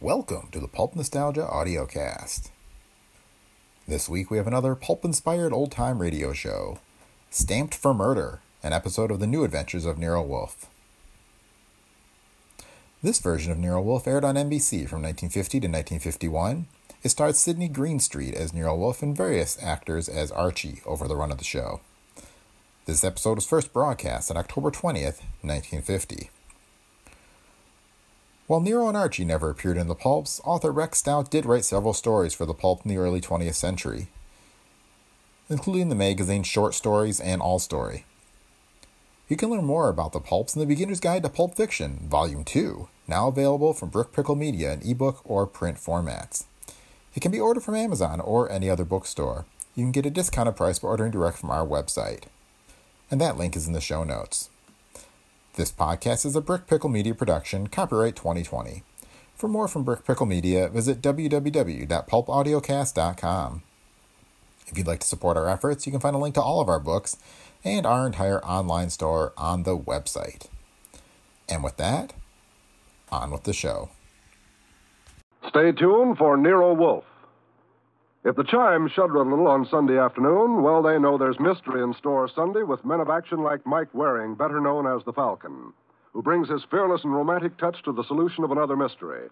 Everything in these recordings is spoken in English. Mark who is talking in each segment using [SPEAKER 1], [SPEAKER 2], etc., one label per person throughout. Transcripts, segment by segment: [SPEAKER 1] Welcome to the Pulp Nostalgia Audiocast. This week we have another pulp inspired old time radio show Stamped for Murder, an episode of The New Adventures of Nero Wolfe. This version of Nero Wolfe aired on NBC from 1950 to 1951. It starred Sidney Greenstreet as Nero Wolfe and various actors as Archie over the run of the show. This episode was first broadcast on October 20th, 1950. While Nero and Archie never appeared in the pulps, author Rex Stout did write several stories for the pulp in the early 20th century, including the magazine Short Stories and All Story. You can learn more about the pulps in the Beginner's Guide to Pulp Fiction, Volume 2, now available from Brook Pickle Media in ebook or print formats. It can be ordered from Amazon or any other bookstore. You can get a discounted price by ordering direct from our website. And that link is in the show notes. This podcast is a Brick Pickle Media production, copyright 2020. For more from Brick Pickle Media, visit www.pulpaudiocast.com. If you'd like to support our efforts, you can find a link to all of our books and our entire online store on the website. And with that, on with the show.
[SPEAKER 2] Stay tuned for Nero Wolf. If the chimes shudder a little on Sunday afternoon, well, they know there's mystery in store Sunday with men of action like Mike Waring, better known as the Falcon, who brings his fearless and romantic touch to the solution of another mystery.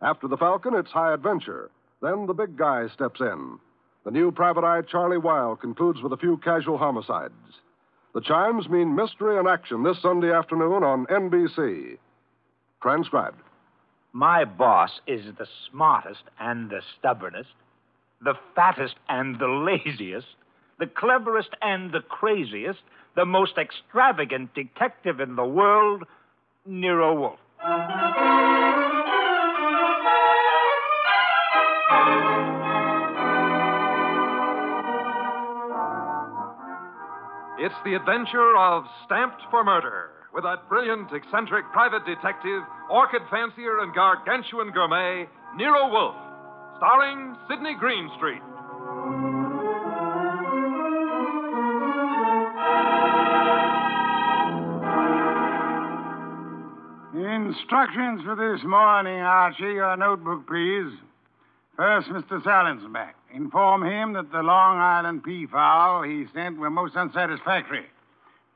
[SPEAKER 2] After the Falcon, it's high adventure. Then the big guy steps in. The new private eye, Charlie Wilde, concludes with a few casual homicides. The chimes mean mystery and action this Sunday afternoon on NBC. Transcribed.
[SPEAKER 3] My boss is the smartest and the stubbornest, the fattest and the laziest, the cleverest and the craziest, the most extravagant detective in the world, Nero Wolfe.
[SPEAKER 4] It's the adventure of Stamped for Murder with that brilliant, eccentric private detective, orchid fancier, and gargantuan gourmet, Nero Wolfe, starring Sidney Greenstreet.
[SPEAKER 5] Instructions for this morning, Archie. Your notebook, please. First, Mr. Salinsbeck. Inform him that the Long Island peafowl he sent were most unsatisfactory.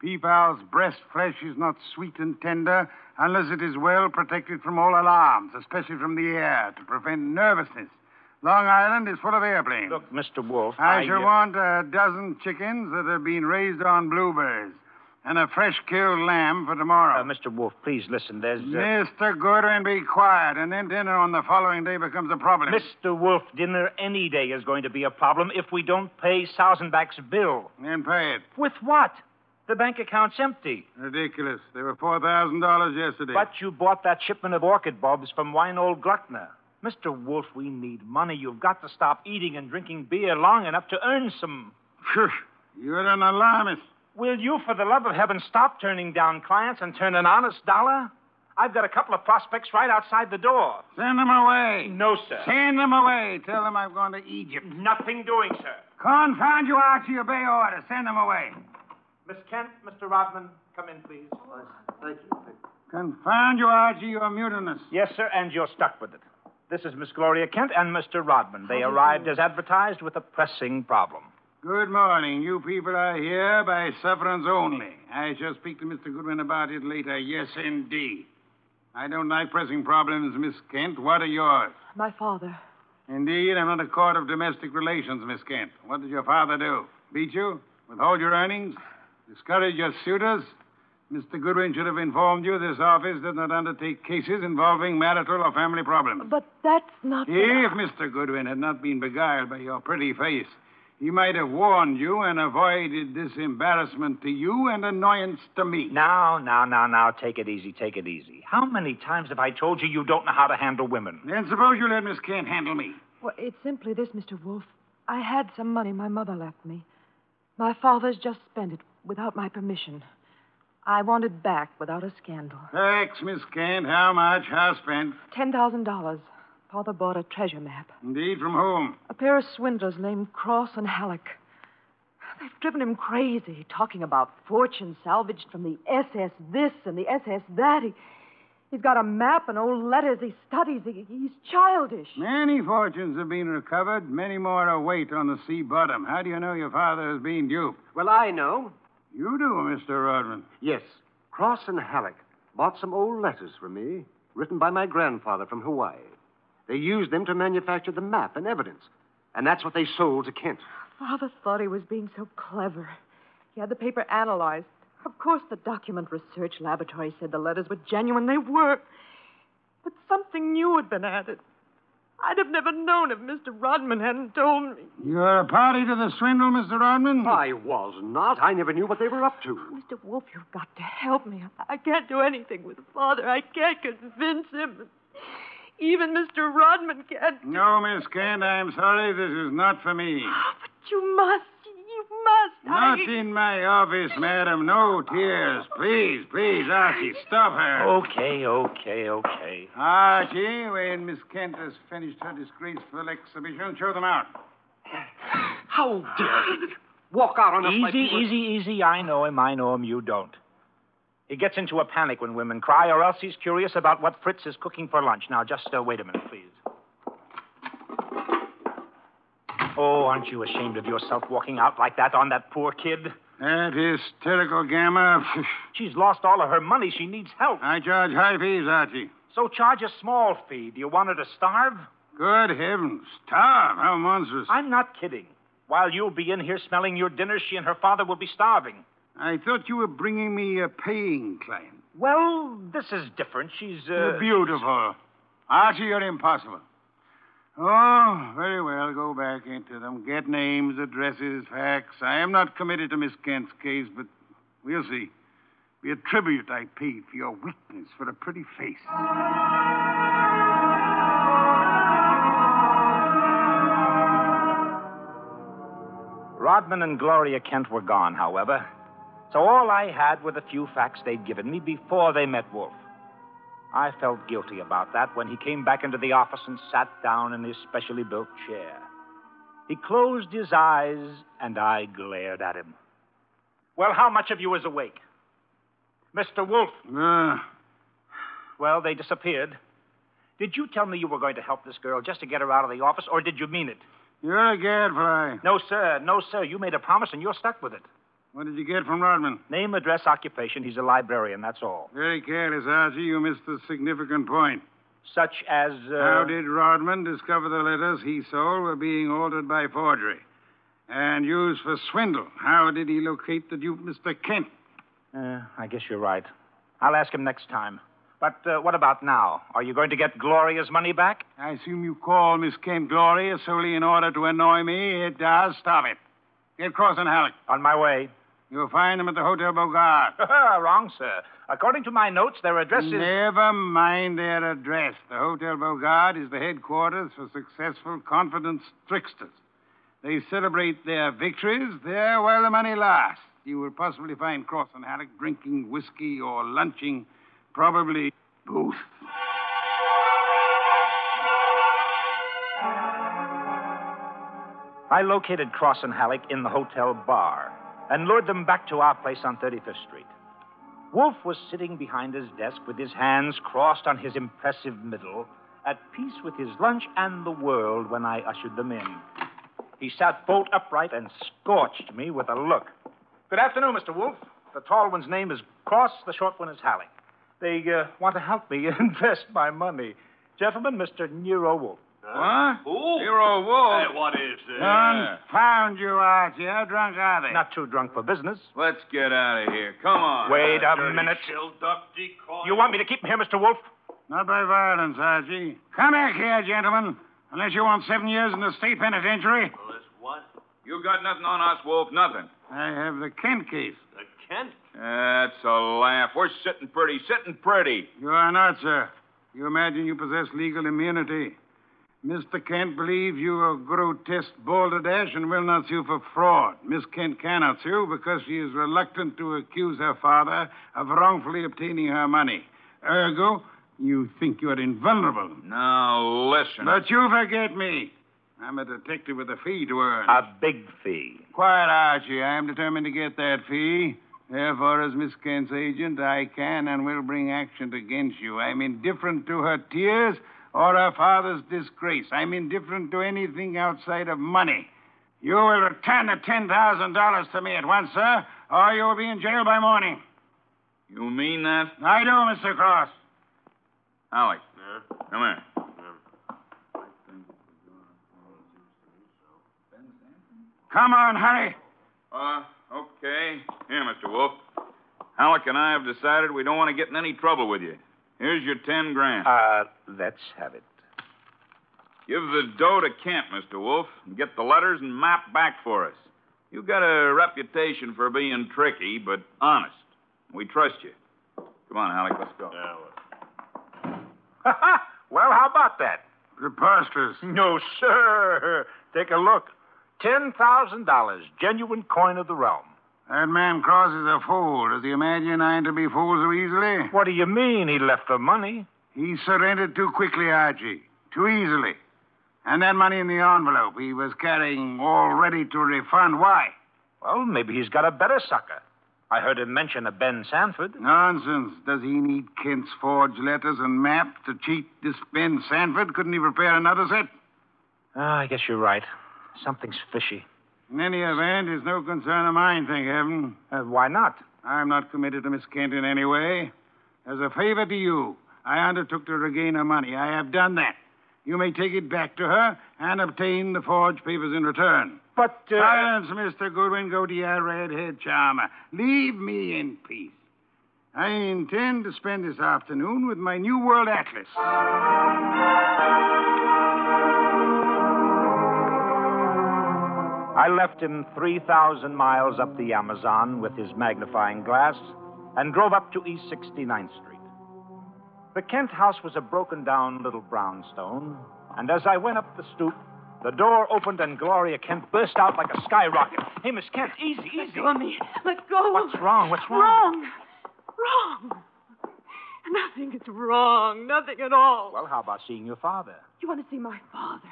[SPEAKER 5] Peafowl's breast flesh is not sweet and tender unless it is well protected from all alarms, especially from the air, to prevent nervousness. Long Island is full of airplanes.
[SPEAKER 3] Look, Mr. Wolfe,
[SPEAKER 5] I, shall
[SPEAKER 3] uh,
[SPEAKER 5] want a dozen chickens that have been raised on bluebirds and a fresh killed lamb for tomorrow.
[SPEAKER 3] uh, Mr. Wolfe, please listen. There's. Uh,
[SPEAKER 5] Mr. Goodwin, be quiet, and then dinner on the following day becomes a problem.
[SPEAKER 3] Mr. Wolfe, dinner any day is going to be a problem if we don't pay Sausenbach's bill.
[SPEAKER 5] Then pay it.
[SPEAKER 3] With what? The bank account's empty.
[SPEAKER 5] Ridiculous. They were four thousand dollars yesterday.
[SPEAKER 3] But you bought that shipment of orchid bulbs from Weinold Gluckner. Mr. Wolf, we need money. You've got to stop eating and drinking beer long enough to earn some.
[SPEAKER 5] Phew, you're an alarmist.
[SPEAKER 3] Will you, for the love of heaven, stop turning down clients and turn an honest dollar? I've got a couple of prospects right outside the door.
[SPEAKER 5] Send them away.
[SPEAKER 3] No, sir.
[SPEAKER 5] Send them away. Tell them I've gone to Egypt.
[SPEAKER 3] Nothing doing, sir.
[SPEAKER 5] Confound you, Archie. Obey order. Send them away.
[SPEAKER 3] Miss Kent, Mr. Rodman, come in, please.
[SPEAKER 5] Confound you, Archie. You're mutinous.
[SPEAKER 3] Yes, sir, and you're stuck with it. This is Miss Gloria Kent and Mr. Rodman. They arrived as advertised with a pressing problem.
[SPEAKER 5] Good morning. You people are here by sufferance only. I shall speak to Mr. Goodwin about it later. Yes, indeed. I don't like pressing problems, Miss Kent. What are yours?
[SPEAKER 6] My father.
[SPEAKER 5] Indeed, I'm not a court of domestic relations, Miss Kent. What did your father do? Beat you? Withhold your earnings? Discourage your suitors? Mr. Goodwin should have informed you this office does not undertake cases involving marital or family problems.
[SPEAKER 6] But that's not. what I-
[SPEAKER 5] If Mr. Goodwin had not been beguiled by your pretty face, he might have warned you and avoided this embarrassment to you and annoyance to me.
[SPEAKER 3] Now, now, now, now, take it easy, take it easy. How many times have I told you you don't know how to handle women?
[SPEAKER 5] Then suppose you let Miss Kent handle me.
[SPEAKER 6] Well, it's simply this, Mr. Wolfe. I had some money my mother left me. My father's just spent it without my permission. I want it back without a scandal.
[SPEAKER 5] Thanks, Miss Kent. How much? How spent?
[SPEAKER 6] $10,000. Father bought a treasure map.
[SPEAKER 5] Indeed, from whom?
[SPEAKER 6] A pair of swindlers named Cross and Halleck. They've driven him crazy, talking about fortune salvaged from the SS this and the SS that. He, He's got a map and old letters he studies. He, he's childish.
[SPEAKER 5] Many fortunes have been recovered, many more await on the sea bottom. How do you know your father has been duped?
[SPEAKER 7] Well, I know.
[SPEAKER 5] You do, Mr. Rodman.
[SPEAKER 7] Yes. Cross and Halleck bought some old letters for me, written by my grandfather from Hawaii. They used them to manufacture the map and evidence, and that's what they sold to Kent.
[SPEAKER 6] Father thought he was being so clever. He had the paper analyzed. Of course, the document research laboratory said the letters were genuine. They were. But something new had been added. I'd have never known if Mr. Rodman hadn't told me.
[SPEAKER 5] You're a party to the swindle, Mr. Rodman?
[SPEAKER 7] I was not. I never knew what they were up to.
[SPEAKER 6] Mr. Wolf, you've got to help me. I can't do anything with Father. I can't convince him. Even Mr. Rodman can't.
[SPEAKER 5] No, Miss Kent, I'm sorry. This is not for me.
[SPEAKER 6] But you must. You must.
[SPEAKER 5] Not
[SPEAKER 6] I...
[SPEAKER 5] in my office, madam. No tears. Please, please, Archie, stop her.
[SPEAKER 3] Oh. Okay, okay, okay.
[SPEAKER 5] Archie, when Miss Kent has finished her disgraceful exhibition, show them out.
[SPEAKER 7] How dare he walk out on us like
[SPEAKER 3] Easy,
[SPEAKER 7] we were-
[SPEAKER 3] easy, easy. I know him. I know him. You don't. He gets into a panic when women cry, or else he's curious about what Fritz is cooking for lunch. Now, just uh, wait a minute, please. Oh, aren't you ashamed of yourself walking out like that on that poor kid?
[SPEAKER 5] That hysterical gamma.
[SPEAKER 3] She's lost all of her money. She needs help.
[SPEAKER 5] I charge high fees, Archie.
[SPEAKER 3] So charge a small fee. Do you want her to starve?
[SPEAKER 5] Good heavens. Starve. How monstrous.
[SPEAKER 3] I'm not kidding. While you'll be in here smelling your dinner, she and her father will be starving.
[SPEAKER 5] I thought you were bringing me a paying client.
[SPEAKER 3] Well, this is different. She's. Uh...
[SPEAKER 5] You're beautiful. Archie, you're impossible. Oh, very well. Go back into them. Get names, addresses, facts. I am not committed to Miss Kent's case, but we'll see. Be a tribute I paid for your weakness, for a pretty face.
[SPEAKER 3] Rodman and Gloria Kent were gone, however, so all I had were the few facts they'd given me before they met Wolf. I felt guilty about that when he came back into the office and sat down in his specially built chair. He closed his eyes, and I glared at him. Well, how much of you is awake? Mr. Wolf.
[SPEAKER 5] Ah,
[SPEAKER 3] Well, they disappeared. Did you tell me you were going to help this girl just to get her out of the office, or did you mean it?
[SPEAKER 5] you're a gadfly.
[SPEAKER 3] No, sir. No, sir. You made a promise, and you're stuck with it.
[SPEAKER 5] What did you get from Rodman?
[SPEAKER 3] Name, address, occupation. He's a librarian, that's all.
[SPEAKER 5] Very careless, Archie. You missed the significant point.
[SPEAKER 3] Such as. Uh,
[SPEAKER 5] How did Rodman discover the letters he sold were being altered by forgery and used for swindle? How did he locate the dupe, Mr. Kent?
[SPEAKER 3] Uh, I guess you're right. I'll ask him next time. But uh, what about now? Are you going to get Gloria's money back?
[SPEAKER 5] I assume you call Miss Kent Gloria solely in order to annoy me. It does. Stop it. Get Cross and Halleck.
[SPEAKER 3] On my way.
[SPEAKER 5] You'll find them at the Hotel Bogart.
[SPEAKER 3] Wrong, sir. According to my notes, their address is.
[SPEAKER 5] Never mind their address. The Hotel Bogart is the headquarters for successful confidence tricksters. They celebrate their victories there while the money lasts. You will possibly find Cross and Halleck drinking whiskey or lunching, probably both.
[SPEAKER 3] I located Cross and Halleck in the hotel bar and lured them back to our place on 35th Street. Wolf was sitting behind his desk with his hands crossed on his impressive middle, at peace with his lunch and the world when I ushered them in. He sat bolt upright and scorched me with a look. Good afternoon, Mr. Wolf. The tall one's name is Cross, the short one is Halleck. They uh, want to help me invest my money. Gentlemen, Mr. Nero Wolf.
[SPEAKER 5] What?
[SPEAKER 8] Who?
[SPEAKER 5] You're a wolf.
[SPEAKER 8] Hey, what is this?
[SPEAKER 5] Confound you, Archie. How drunk are they?
[SPEAKER 3] Not too drunk for business.
[SPEAKER 8] Let's get out of here. Come on.
[SPEAKER 3] Wait a
[SPEAKER 8] Dirty
[SPEAKER 3] minute.
[SPEAKER 8] Shill-duck decoy.
[SPEAKER 3] You want me to keep him here, Mr. Wolf?
[SPEAKER 5] Not by violence, Archie. Come back here, gentlemen. Unless you want seven years in the state penitentiary.
[SPEAKER 8] Well, this one,
[SPEAKER 4] You got nothing on us, Wolf. Nothing.
[SPEAKER 5] I have the Kent case.
[SPEAKER 8] the Kent.
[SPEAKER 4] That's a laugh. We're sitting pretty, sitting pretty.
[SPEAKER 5] You are not, sir. You imagine you possess legal immunity. Mr. Kent believes you a grotesque balderdash and will not sue for fraud. Miss Kent cannot sue because she is reluctant to accuse her father of wrongfully obtaining her money. Ergo, you think you are invulnerable.
[SPEAKER 4] Now listen.
[SPEAKER 5] But you forget me. I'm a detective with a fee to earn.
[SPEAKER 3] A big fee.
[SPEAKER 5] Quiet, Archie. I am determined to get that fee. Therefore, as Miss Kent's agent, I can and will bring action against you. I'm indifferent to her tears or her father's disgrace. I'm indifferent to anything outside of money. You will return the $10,000 to me at once, sir, or you will be in jail by morning.
[SPEAKER 8] You mean that?
[SPEAKER 5] I do, Mr. Cross.
[SPEAKER 8] Alec, come here.
[SPEAKER 5] Come on, hurry.
[SPEAKER 8] Uh, okay. Here, Mr. Wolf. Halleck and I have decided we don't want to get in any trouble with you. Here's your ten grand.
[SPEAKER 3] Uh, let's have it.
[SPEAKER 8] Give the dough to Kent, Mr. Wolf, and get the letters and map back for us. You've got a reputation for being tricky, but honest. We trust you. Come on, Halleck, let's go.
[SPEAKER 3] well, how about that?
[SPEAKER 5] Preposterous.
[SPEAKER 3] No, sir. Take a look. $10,000, genuine coin of the realm.
[SPEAKER 5] That man Cross is a fool. Does he imagine I'm to be fooled so easily?
[SPEAKER 3] What do you mean he left the money?
[SPEAKER 5] He surrendered too quickly, Archie. Too easily. And that money in the envelope he was carrying all ready to refund. Why?
[SPEAKER 3] Well, maybe he's got a better sucker. I heard him mention a Ben Sanford.
[SPEAKER 5] Nonsense. Does he need Kent's forged letters and map to cheat this Ben Sanford? Couldn't he prepare another set?
[SPEAKER 3] Ah, I guess you're right. Something's fishy.
[SPEAKER 5] In any event, it's no concern of mine, thank heaven.
[SPEAKER 3] Uh, why not?
[SPEAKER 5] I'm not committed to Miss Kent in any way. As a favor to you, I undertook to regain her money. I have done that. You may take it back to her and obtain the forged papers in return.
[SPEAKER 3] But, uh...
[SPEAKER 5] Silence, Mr. Goodwin. Go to your red-haired charmer. Leave me in peace. I intend to spend this afternoon with my New World Atlas.
[SPEAKER 3] I left him 3,000 miles up the Amazon with his magnifying glass and drove up to East 69th Street. The Kent house was a broken down little brownstone, and as I went up the stoop, the door opened and Gloria Kent burst out like a skyrocket. Hey, Miss Kent, easy, easy.
[SPEAKER 6] Let me. Let go.
[SPEAKER 3] What's wrong? What's wrong?
[SPEAKER 6] Wrong. Wrong. Nothing is wrong. Nothing at all.
[SPEAKER 3] Well, how about seeing your father?
[SPEAKER 6] You want to see my father?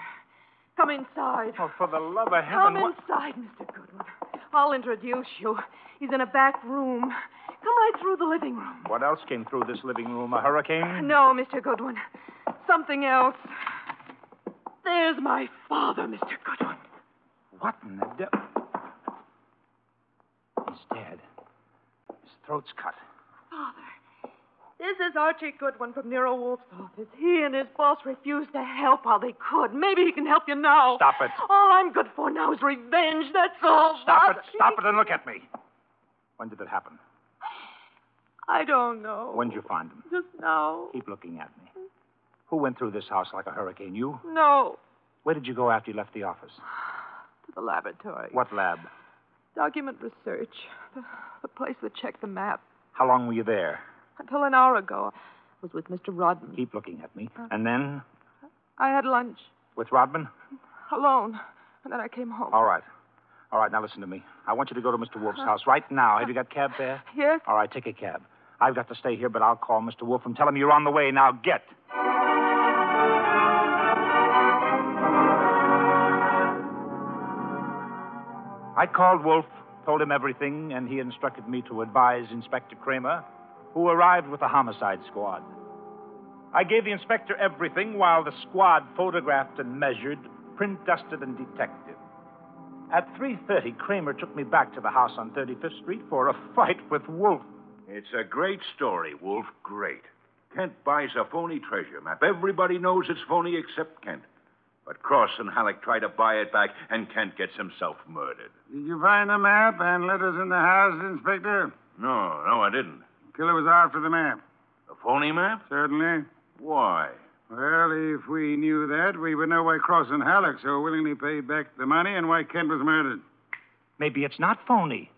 [SPEAKER 6] Come inside.
[SPEAKER 3] Oh, for the love of
[SPEAKER 6] Come
[SPEAKER 3] heaven. what-
[SPEAKER 6] inside, Mr. Goodwin. I'll introduce you. He's in a back room. Come right through the living room.
[SPEAKER 3] What else came through this living room? A hurricane?
[SPEAKER 6] No, Mr. Goodwin. Something else. There's my father, Mr. Goodwin.
[SPEAKER 3] What in the devil? He's dead. His throat's cut.
[SPEAKER 6] Father. This is Archie Goodwin from Nero Wolf's office. He and his boss refused to help while they could. Maybe he can help you now.
[SPEAKER 3] Stop it.
[SPEAKER 6] All I'm good for now is revenge. That's all.
[SPEAKER 3] Stop it.
[SPEAKER 6] Archie.
[SPEAKER 3] Stop it and look at me. When did it happen?
[SPEAKER 6] I don't know.
[SPEAKER 3] When did you find him?
[SPEAKER 6] Just now.
[SPEAKER 3] Keep looking at me. Who went through this house like a hurricane? You?
[SPEAKER 6] No.
[SPEAKER 3] Where did you go after you left the office?
[SPEAKER 6] To the laboratory.
[SPEAKER 3] What lab?
[SPEAKER 6] Document research. The, the place that checked the map.
[SPEAKER 3] How long were you there?
[SPEAKER 6] Until an hour ago, I was with Mr. Rodman.
[SPEAKER 3] Keep looking at me. And then
[SPEAKER 6] I had lunch
[SPEAKER 3] with Rodman?
[SPEAKER 6] alone, and then I came home.
[SPEAKER 3] All right. All right, now listen to me. I want you to go to Mr. Wolf's house right now. Have you got cab fare?
[SPEAKER 6] Yes?
[SPEAKER 3] All right, take a cab. I've got to stay here, but I'll call Mr. Wolf and tell him you're on the way. Now get. I called Wolf, told him everything, and he instructed me to advise Inspector Kramer, who arrived with the homicide squad. I gave the inspector everything while the squad photographed and measured, print dusted and detected. At 3:30, Kramer took me back to the house on 35th Street for a fight with Wolf.
[SPEAKER 9] It's a great story, Wolf. Great. Kent buys a phony treasure map. Everybody knows it's phony except Kent. But Cross and Halleck try to buy it back, and Kent gets himself murdered.
[SPEAKER 5] Did you find the map and letters in the house, Inspector?
[SPEAKER 9] No, no, I didn't.
[SPEAKER 5] Killer was after the map.
[SPEAKER 9] A phony map?
[SPEAKER 5] Certainly.
[SPEAKER 9] Why?
[SPEAKER 5] Well, if we knew that, we would know why Cross and Halleck so willingly paid back the money and why Kent was murdered.
[SPEAKER 3] Maybe it's not phony.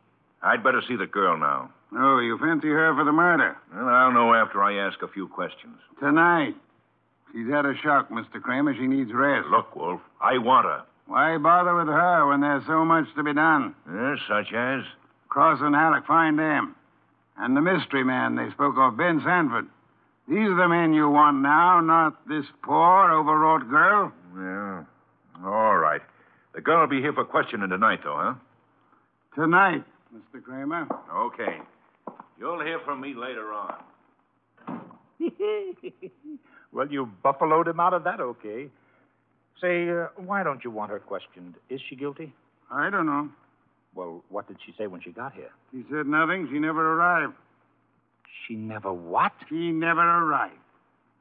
[SPEAKER 9] I'd better see the girl now.
[SPEAKER 5] Oh, you fancy her for the murder?
[SPEAKER 9] Well, I'll know after I ask a few questions.
[SPEAKER 5] Tonight. She's had a shock, Mr. Kramer. She needs rest.
[SPEAKER 9] Look, Wolf, I want her.
[SPEAKER 5] Why bother with her when there's so much to be done?
[SPEAKER 9] Eh, such as?
[SPEAKER 5] Cross and Halleck, find them. And the mystery man they spoke of, Ben Sanford. These are the men you want now, not this poor, overwrought girl.
[SPEAKER 9] Yeah. All right. The girl will be here for questioning tonight, though, huh?
[SPEAKER 5] Tonight, Mr. Kramer.
[SPEAKER 9] Okay. You'll hear from me later on.
[SPEAKER 3] well, you buffaloed him out of that, okay. Say, uh, why don't you want her questioned? Is she guilty?
[SPEAKER 5] I don't know.
[SPEAKER 3] Well, what did she say when she got here?
[SPEAKER 5] She said nothing. She never arrived.
[SPEAKER 3] She never what?
[SPEAKER 5] She never arrived.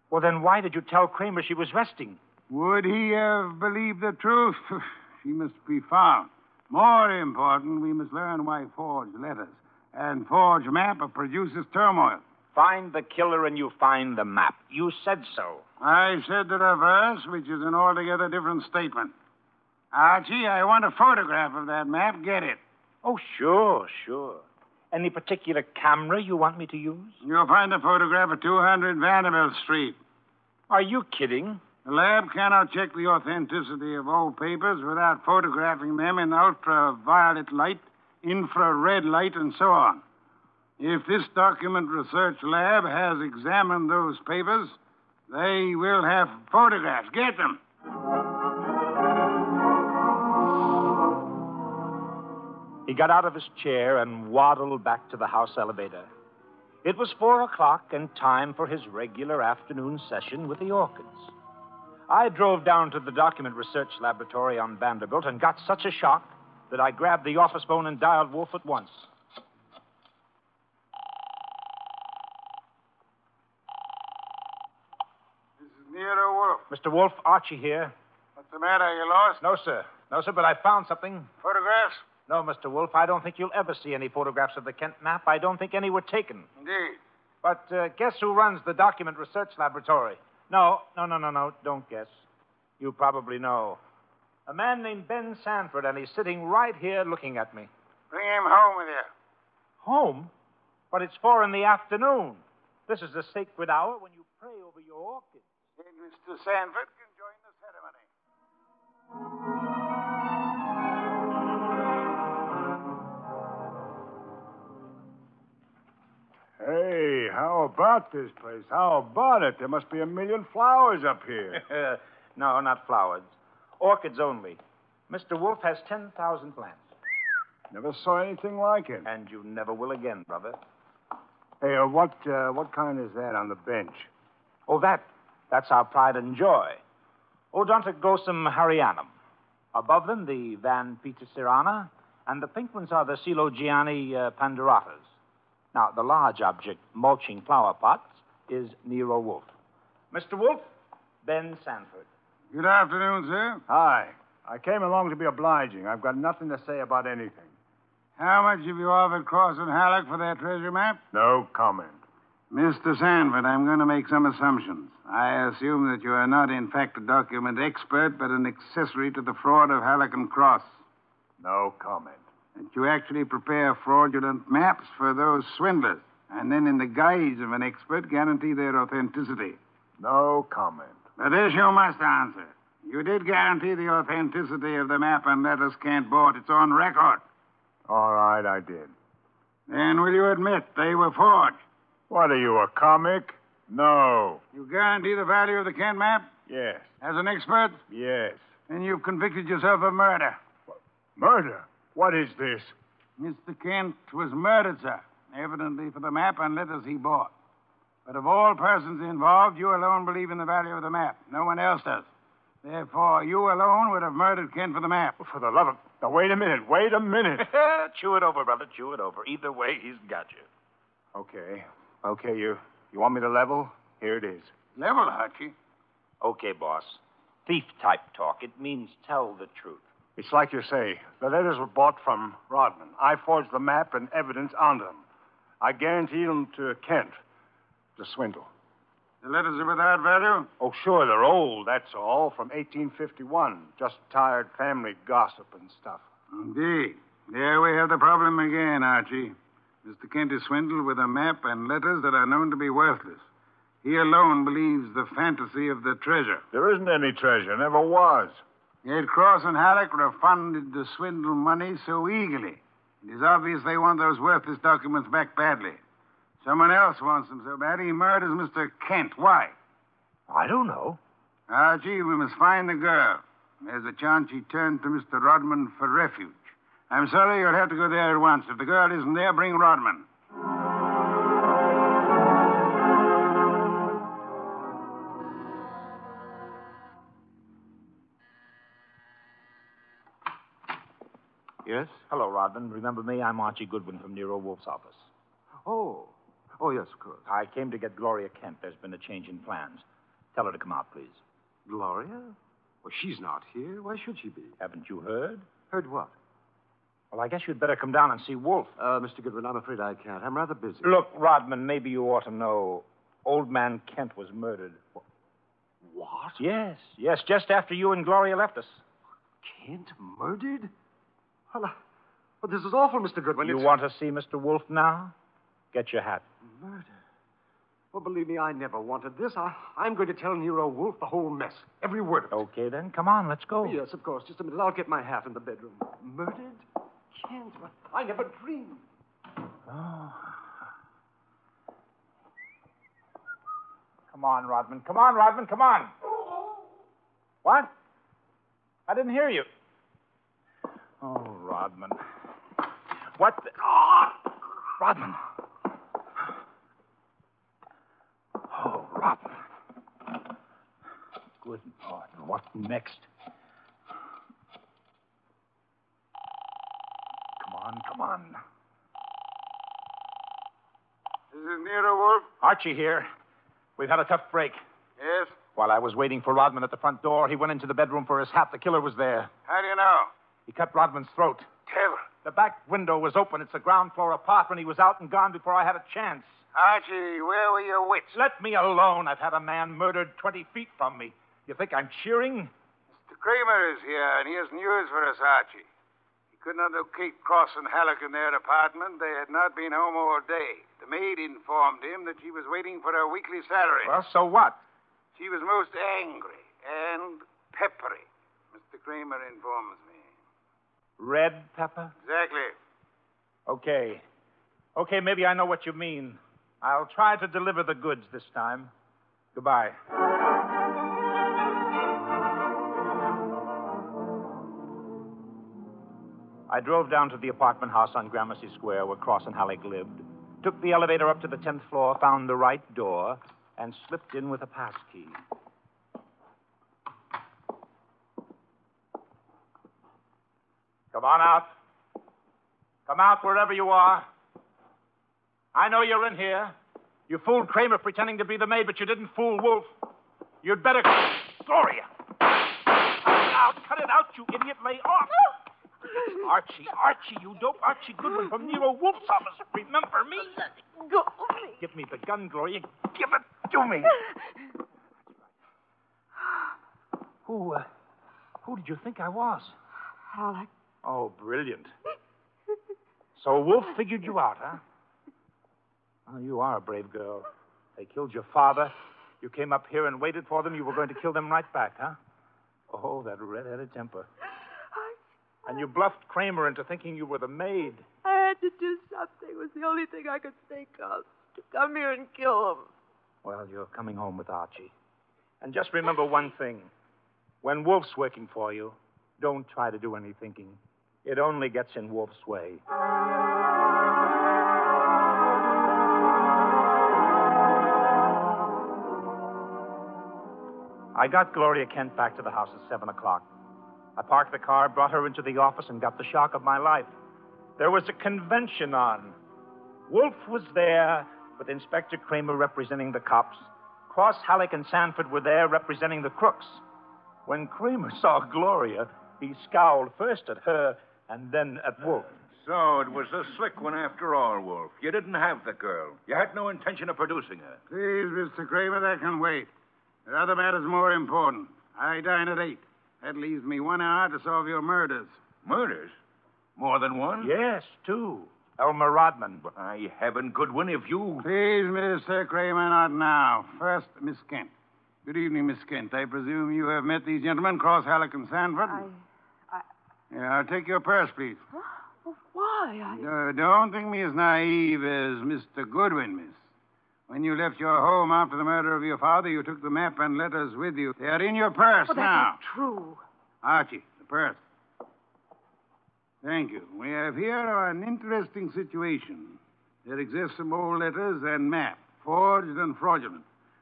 [SPEAKER 3] Well, then why did you tell Kramer she was resting?
[SPEAKER 5] Would he have believed the truth? she must be found. More important, we must learn why forged letters and forged map produces turmoil.
[SPEAKER 3] Find the killer and you find the map. You said so.
[SPEAKER 5] I said the reverse, which is an altogether different statement. Archie, I want a photograph of that map. Get it.
[SPEAKER 3] Oh, sure, sure. Any particular camera you want me to use?
[SPEAKER 5] You'll find a photograph at 200 Vanderbilt Street.
[SPEAKER 3] Are you kidding?
[SPEAKER 5] The lab cannot check the authenticity of old papers without photographing them in ultraviolet light, infrared light, and so on. If this document research lab has examined those papers, they will have photographs. Get them.
[SPEAKER 3] He got out of his chair and waddled back to the house elevator. It was four o'clock and time for his regular afternoon session with the orchids. I drove down to the document research laboratory on Vanderbilt and got such a shock that I grabbed the office phone and dialed Wolf at once.
[SPEAKER 5] This is Nero Wolf.
[SPEAKER 3] Mr. Wolf, Archie here.
[SPEAKER 5] What's the matter? You lost?
[SPEAKER 3] No, sir. No, sir, but I found something.
[SPEAKER 5] Photographs?
[SPEAKER 3] No, Mr. Wolf, I don't think you'll ever see any photographs of the Kent map. I don't think any were taken.
[SPEAKER 5] Indeed.
[SPEAKER 3] But uh, guess who runs the document research laboratory? No, no, no, no, no. Don't guess. You probably know. A man named Ben Sanford, and he's sitting right here looking at me.
[SPEAKER 5] Bring him home with you.
[SPEAKER 3] Home? But it's four in the afternoon. This is the sacred hour when you pray over your orchids.
[SPEAKER 5] Then Mr. Sanford can join the ceremony.
[SPEAKER 10] Hey, how about this place? How about it? There must be a million flowers up here.
[SPEAKER 3] no, not flowers. Orchids only. Mr. Wolf has 10,000 plants.
[SPEAKER 10] Never saw anything like it.
[SPEAKER 3] And you never will again, brother.
[SPEAKER 10] Hey, uh, what uh, what kind is that on the bench?
[SPEAKER 3] Oh, that. That's our pride and joy. Oh, Odontoglossum harianum. Above them, the Van Peterserana, and the pink ones are the Celogiani uh, panderatas. Now, the large object, mulching flower pots, is Nero Wolf. Mr. Wolf, Ben Sanford.
[SPEAKER 5] Good afternoon, sir.
[SPEAKER 10] Hi. I came along to be obliging. I've got nothing to say about anything.
[SPEAKER 5] How much have you offered Cross and Halleck for their treasure map?
[SPEAKER 10] No comment.
[SPEAKER 5] Mr. Sanford, I'm going to make some assumptions. I assume that you are not, in fact, a document expert, but an accessory to the fraud of Halleck and Cross.
[SPEAKER 10] No comment.
[SPEAKER 5] That you actually prepare fraudulent maps for those swindlers, and then, in the guise of an expert, guarantee their authenticity.
[SPEAKER 10] No comment.
[SPEAKER 5] But this you must answer. You did guarantee the authenticity of the map and letters Kent bought. It's on record.
[SPEAKER 10] All right, I did.
[SPEAKER 5] Then will you admit they were forged?
[SPEAKER 10] What are you, a comic? No.
[SPEAKER 5] You guarantee the value of the Kent map?
[SPEAKER 10] Yes.
[SPEAKER 5] As an expert?
[SPEAKER 10] Yes.
[SPEAKER 5] Then you've convicted yourself of murder.
[SPEAKER 10] Murder? What is this?
[SPEAKER 5] Mr. Kent was murdered, sir, evidently for the map and letters he bought. But of all persons involved, you alone believe in the value of the map. No one else does. Therefore, you alone would have murdered Kent for the map.
[SPEAKER 10] For the love of. Now, wait a minute. Wait a minute.
[SPEAKER 3] chew it over, brother. Chew it over. Either way, he's got you.
[SPEAKER 10] okay. Okay, you. You want me to level? Here it is.
[SPEAKER 5] Level, Archie.
[SPEAKER 3] Okay, boss. Thief type talk. It means tell the truth.
[SPEAKER 10] It's like you say. The letters were bought from Rodman. I forged the map and evidence on them. I guaranteed them to Kent. The swindle.
[SPEAKER 5] The letters are without value?
[SPEAKER 10] Oh, sure, they're old, that's all, from 1851. Just tired family gossip and stuff.
[SPEAKER 5] Indeed. There we have the problem again, Archie. Mr. Kent is swindled with a map and letters that are known to be worthless. He alone believes the fantasy of the treasure.
[SPEAKER 10] There isn't any treasure, never was.
[SPEAKER 5] Yet Cross and Halleck refunded the swindle money so eagerly. It is obvious they want those worthless documents back badly. Someone else wants them so bad he murders Mr. Kent. Why? Ah,
[SPEAKER 3] I don't know.
[SPEAKER 5] Archie, we must find the girl. There's a chance she turned to Mr. Rodman for refuge. I'm sorry, you'll have to go there at once. If the girl isn't there, bring Rodman.
[SPEAKER 7] Yes?
[SPEAKER 3] Hello, Rodman. Remember me? I'm Archie Goodwin from Nero Wolf's office.
[SPEAKER 7] Oh. Oh, yes, of course.
[SPEAKER 3] I came to get Gloria Kent. There's been a change in plans. Tell her to come out, please.
[SPEAKER 7] Gloria? Well, she's not here. Why should she be?
[SPEAKER 3] Haven't you heard?
[SPEAKER 7] Heard what?
[SPEAKER 3] Well, I guess you'd better come down and see Wolf.
[SPEAKER 7] Uh, Mr. Goodwin, I'm afraid I can't. I'm rather busy.
[SPEAKER 3] Look, Rodman, maybe you ought to know. Old man Kent was murdered.
[SPEAKER 7] What?
[SPEAKER 3] Yes, yes, just after you and Gloria left us.
[SPEAKER 7] Kent murdered? Well, I- well, this is awful, Mr. Goodwin.
[SPEAKER 3] you
[SPEAKER 7] It's-
[SPEAKER 3] want to see Mr. Wolf now? Get your hat.
[SPEAKER 7] Murder. Well, believe me, I never wanted this. I, I'm going to tell Nero Wolf the whole mess. Every word of it. Oh,
[SPEAKER 3] Okay, then. Come on, let's go.
[SPEAKER 7] Yes, of course. Just a minute. I'll get my hat in the bedroom. Murdered? Kent? Why, I never dreamed.
[SPEAKER 3] Come on, Rodman. Come on, Rodman. Come on. What? I didn't hear you. Oh, Rodman. What the... Oh, Rodman. Oh, Rodman. Good Lord. What next? Come on, come on.
[SPEAKER 5] This is Nero Wolf.
[SPEAKER 3] Archie here. We've had a tough break.
[SPEAKER 5] Yes?
[SPEAKER 3] While I was waiting for Rodman at the front door, he went into the bedroom for his hat. The killer was there.
[SPEAKER 5] How do you know?
[SPEAKER 3] He cut Rodman's throat.
[SPEAKER 5] Taylor.
[SPEAKER 3] The back window was open. It's a ground floor apartment. He was out and gone before I had a chance.
[SPEAKER 5] Archie, where were your wits?
[SPEAKER 3] Let me alone. I've had a man murdered 20 feet from me. You think I'm cheering?
[SPEAKER 5] Mr. Kramer is here, and he has news for us, Archie. He could not locate Cross and Halleck in their apartment. They had not been home all day. The maid informed him that she was waiting for her weekly salary.
[SPEAKER 3] Well, so what?
[SPEAKER 5] She was most angry and peppery, Mr. Kramer informs me.
[SPEAKER 3] Red pepper?
[SPEAKER 5] Exactly.
[SPEAKER 3] Okay. Okay, maybe I know what you mean. I'll try to deliver the goods this time. Goodbye. I drove down to the apartment house on Gramercy Square where Cross and Halleck lived, took the elevator up to the 10th floor, found the right door, and slipped in with a pass key. Come on out. Come out wherever you are. I know you're in here. You fooled Kramer pretending to be the maid, but you didn't fool Wolf. You'd better. Gloria! Cut it out! Cut it out, you idiot! Lay off! Archie, Archie, you dope. Archie Goodwin from Nero Wolf's office. Remember me?
[SPEAKER 6] Go.
[SPEAKER 3] Give me the gun, Gloria. Give it to me. Who, uh, who did you think I was?
[SPEAKER 6] Alec.
[SPEAKER 3] Oh, brilliant. So Wolf figured you out, huh? Oh, you are a brave girl. They killed your father. You came up here and waited for them. You were going to kill them right back, huh? Oh, that red-headed temper. And you bluffed Kramer into thinking you were the maid.
[SPEAKER 6] I had to do something. It was the only thing I could think of to come here and kill him.
[SPEAKER 3] Well, you're coming home with Archie. And just remember one thing. When Wolf's working for you, don't try to do any thinking. It only gets in Wolf's way. I got Gloria Kent back to the house at 7 o'clock. I parked the car, brought her into the office, and got the shock of my life. There was a convention on. Wolf was there with Inspector Kramer representing the cops. Cross, Halleck, and Sanford were there representing the crooks. When Kramer saw Gloria, he scowled first at her and then at Wolf.
[SPEAKER 9] So it was a slick one after all, Wolf. You didn't have the girl. You had no intention of producing her.
[SPEAKER 5] Please, Mr. Kramer, that can wait. There are other matters more important. I dine at eight. That leaves me one hour to solve your murders.
[SPEAKER 9] Murders? More than one?
[SPEAKER 3] Yes, two. Elmer Rodman.
[SPEAKER 9] By heaven, Goodwin, if you.
[SPEAKER 5] Please, Mr. Kramer, not now. First, Miss Kent. Good evening, Miss Kent. I presume you have met these gentlemen, Cross, Halleck, and Sanford.
[SPEAKER 6] I.
[SPEAKER 5] Yeah, I'll take your purse, please.
[SPEAKER 6] Well, why? I.
[SPEAKER 5] Uh, don't think me as naive as Mr. Goodwin, miss. When you left your home after the murder of your father, you took the map and letters with you.
[SPEAKER 6] Oh,
[SPEAKER 5] They are in your purse
[SPEAKER 6] well, that's
[SPEAKER 5] now.
[SPEAKER 6] not true.
[SPEAKER 5] Archie, the purse. Thank you. We have here an interesting situation. There exist some old letters and map, forged and fraudulent,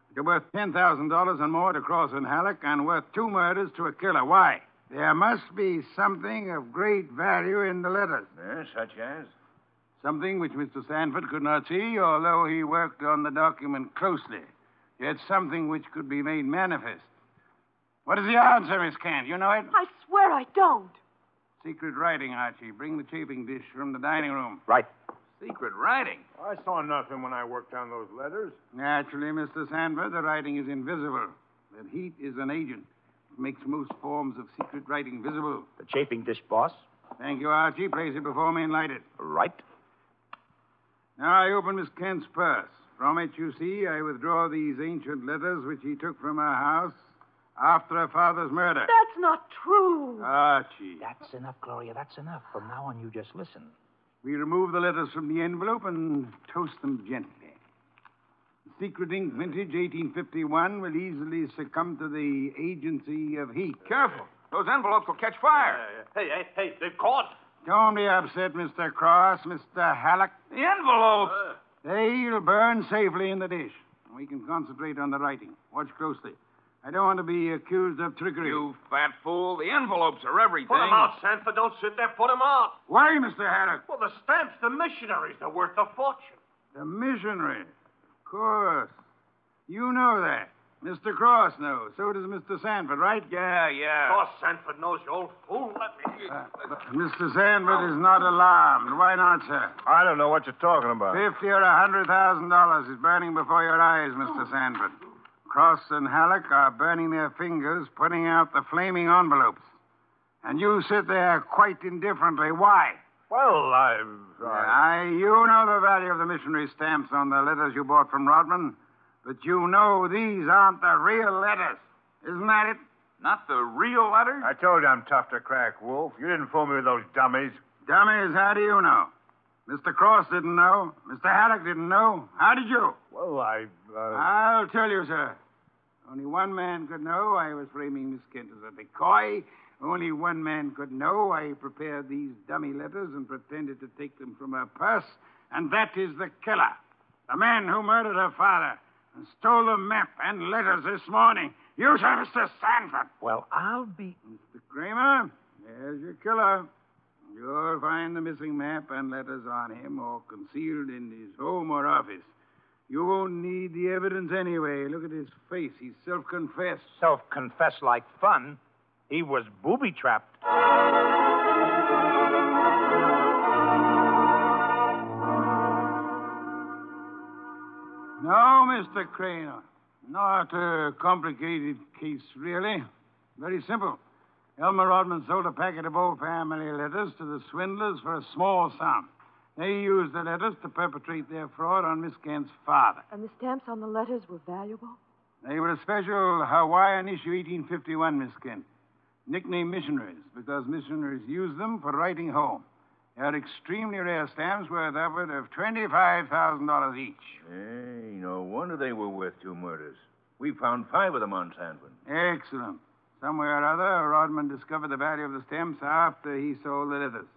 [SPEAKER 5] which are worth $10,000 and more to Cross and Halleck and worth two murders to a killer. Why? There must be something of great value in the letters.
[SPEAKER 9] Yes, such as?
[SPEAKER 5] Something which Mr. Sanford could not see, although he worked on the document closely. Yet something which could be made manifest. What is the answer, Miss Kent? You know it?
[SPEAKER 6] I swear I don't.
[SPEAKER 5] Secret writing, Archie. Bring the chafing dish from the dining room.
[SPEAKER 3] Right.
[SPEAKER 4] Secret writing?
[SPEAKER 10] I saw nothing when I worked on those letters.
[SPEAKER 5] Naturally, Mr. Sanford, the writing is invisible. But heat is an agent. It makes most forms of secret writing visible.
[SPEAKER 3] The chafing dish, boss.
[SPEAKER 5] Thank you, Archie. Place it before me and light it.
[SPEAKER 3] Right.
[SPEAKER 5] Now I open Miss Kent's purse. From it, you see, I withdraw these ancient letters which he took from her house after her father's murder.
[SPEAKER 6] That's not true.
[SPEAKER 5] Archie.
[SPEAKER 3] That's enough, Gloria. That's enough. From now on, you just listen.
[SPEAKER 5] We remove the letters from the envelope and toast them gently. The secret ink vintage 1851 will easily succumb to the agency of heat.
[SPEAKER 4] Careful. Those envelopes will catch fire.
[SPEAKER 11] Hey, hey, hey, they've caught.
[SPEAKER 5] Don't be upset, Mr. Cross, Mr. Halleck.
[SPEAKER 4] The envelopes.
[SPEAKER 11] Uh.
[SPEAKER 5] They'll burn safely in the dish. We can concentrate on the writing. Watch closely. I don't want to be accused of trickery.
[SPEAKER 4] You fat fool. The envelopes are everything.
[SPEAKER 11] Put 'em out, Sanford. Don't sit there. Put 'em out.
[SPEAKER 5] Why, Mr. Haddock?
[SPEAKER 11] Well, the stamps, the missionaries, they're worth a fortune.
[SPEAKER 5] The missionary. Of course. You know that. Mr. Cross knows. So does Mr. Sanford, right?
[SPEAKER 4] Yeah, yeah.
[SPEAKER 11] Of course, Sanford knows you old fool. Let me.
[SPEAKER 5] Uh, Mr. Sanford is not alarmed. Why not, sir?
[SPEAKER 10] I don't know what you're talking about.
[SPEAKER 5] Fifty or a hundred thousand dollars is burning before your eyes, Mr. Sanford. Cross and Halleck are burning their fingers, putting out the flaming envelopes. And you sit there quite indifferently. Why?
[SPEAKER 10] Well, I've.
[SPEAKER 3] uh,
[SPEAKER 10] I...
[SPEAKER 5] I, you know the value of the missionary stamps on the letters you bought from Rodman, but you know these aren't the real letters. Isn't that it?
[SPEAKER 4] Not the real letters?
[SPEAKER 10] I told you I'm tough to crack, Wolf. You didn't fool me with those dummies.
[SPEAKER 5] Dummies, how do you know? Mr. Cross didn't know. Mr. Haddock didn't know. How did you?
[SPEAKER 10] Well, I. Uh...
[SPEAKER 5] I'll tell you, sir. Only one man could know I was framing Miss Kent as a decoy. Only one man could know I prepared these dummy letters and pretended to take them from her purse, and that is the killer. The man who murdered her father and stole the map and letters this morning. You, sir, Mr. Sanford.
[SPEAKER 3] Well, I'll be.
[SPEAKER 5] Mr. Kramer, there's your killer. You'll find the missing map and letters on him or concealed in his home or office. You won't need the evidence anyway. Look at his face. He's self confessed.
[SPEAKER 3] Self confess like fun. He was booby trapped.
[SPEAKER 5] No, Mr. Craner. Not a complicated case, really. Very simple. Elmer Rodman sold a packet of old family letters to the swindlers for a small sum. They used the letters to perpetrate their fraud on Miss Kent's father.
[SPEAKER 6] And the stamps on the letters were valuable?
[SPEAKER 5] They were a special Hawaiian issue 1851, Miss Kent. Nicknamed missionaries because missionaries used them for writing home. They are extremely rare stamps worth upward of $25,000 each.
[SPEAKER 9] Hey, no wonder they were worth two murders. We found five of them on Sanford.
[SPEAKER 5] Excellent. Somewhere or other, Rodman discovered the value of the stamps after he sold the letters.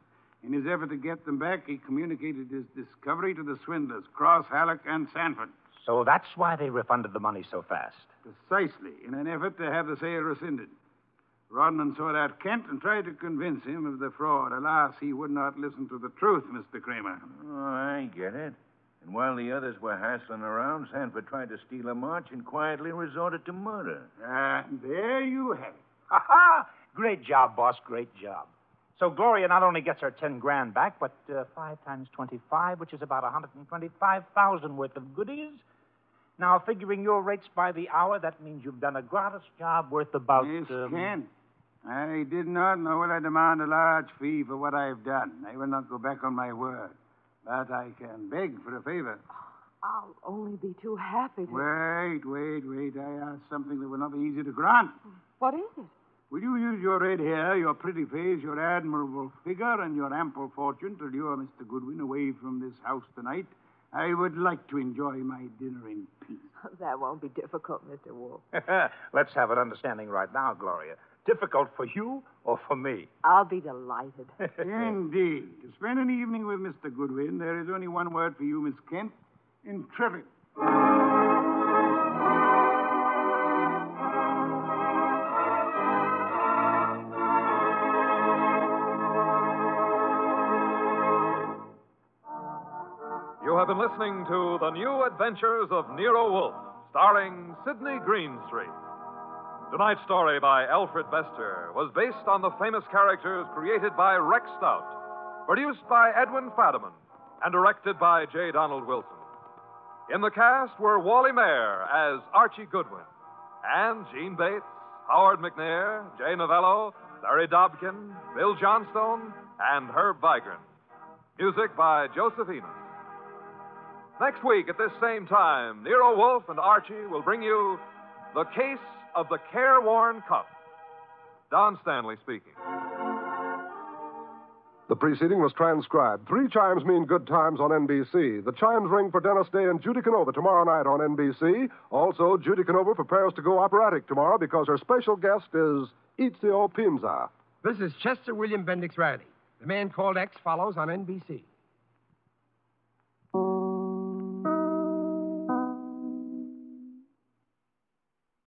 [SPEAKER 5] In his effort to get them back, he communicated his discovery to the swindlers, Cross, Halleck, and Sanford.
[SPEAKER 3] So that's why they refunded the money so fast.
[SPEAKER 5] Precisely, in an effort to have the sale rescinded. Rodman sought out Kent and tried to convince him of the fraud. Alas, he would not listen to the truth, Mr. Kramer.
[SPEAKER 9] Oh, I get it. And while the others were hassling around, Sanford tried to steal a march and quietly resorted to murder.
[SPEAKER 5] And Ah, there you have it.
[SPEAKER 3] Ha ha! Great job, boss. Great job. So Gloria not only gets her ten grand back, but uh, five times twenty-five, which is about a one hundred and twenty-five thousand worth of goodies. Now, figuring your rates by the hour, that means you've done a gratis job worth about.
[SPEAKER 5] Miss
[SPEAKER 3] um,
[SPEAKER 5] Kent, I did not, nor will I demand a large fee for what I've done. I will not go back on my word. But I can beg for a favor.
[SPEAKER 6] I'll only be too happy to.
[SPEAKER 5] Wait, wait, wait. I ask something that will not be easy to grant.
[SPEAKER 6] What is it?
[SPEAKER 5] Will you use your red hair, your pretty face, your admirable figure, and your ample fortune to lure Mr. Goodwin away from this house tonight? I would like to enjoy my dinner in peace.
[SPEAKER 6] That won't be difficult, Mr. Wolf.
[SPEAKER 3] Let's have an understanding right now, Gloria. difficult for you or for me?
[SPEAKER 6] I'll be delighted.
[SPEAKER 5] Indeed. To spend an evening with Mr. Goodwin, there is only one word for you, Miss Kent intrepid.
[SPEAKER 4] You have been listening to The New Adventures of Nero Wolfe, starring Sidney Greenstreet. Tonight's story by Alfred Bester was based on the famous characters created by Rex Stout, produced by Edwin Fadiman, and directed by J. Donald Wilson. In the cast were Wally Mayer as Archie Goodwin, and Gene Bates, Howard McNair, Jay Novello, Larry Dobkin, Bill Johnstone, and Herb Vigran. Music by Joseph Enos. Next week at this same time, Nero Wolf and Archie will bring you The Case of the Careworn Cup. Don Stanley speaking.
[SPEAKER 2] The preceding was transcribed. Three chimes mean good times on NBC. The chimes ring for Dennis Day and Judy Canova tomorrow night on NBC. Also, Judy Canova prepares to go operatic tomorrow because her special guest is Itzio Pinza.
[SPEAKER 12] This is Chester William Bendix Riley. The man called X follows on NBC.